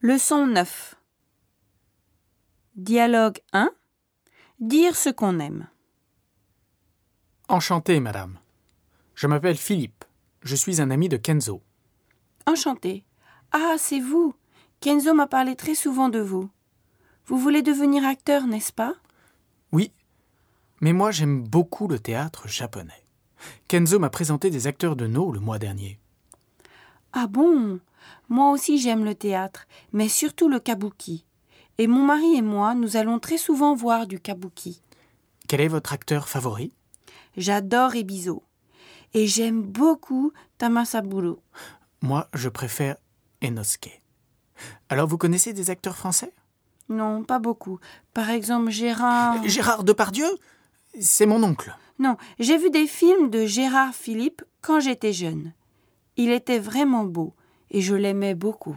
Leçon 9 Dialogue 1 Dire ce qu'on aime. Enchanté, madame. Je m'appelle Philippe. Je suis un ami de Kenzo. Enchanté. Ah, c'est vous. Kenzo m'a parlé très souvent de vous. Vous voulez devenir acteur, n'est-ce pas Oui, mais moi j'aime beaucoup le théâtre japonais. Kenzo m'a présenté des acteurs de No le mois dernier. Ah bon Moi aussi j'aime le théâtre, mais surtout le kabuki. Et mon mari et moi, nous allons très souvent voir du kabuki. Quel est votre acteur favori J'adore Ebizo. Et j'aime beaucoup Tamasaburo. Moi, je préfère Enosuke. Alors vous connaissez des acteurs français Non, pas beaucoup. Par exemple, Gérard. Gérard Depardieu C'est mon oncle. Non, j'ai vu des films de Gérard Philippe quand j'étais jeune. Il était vraiment beau et je l'aimais beaucoup.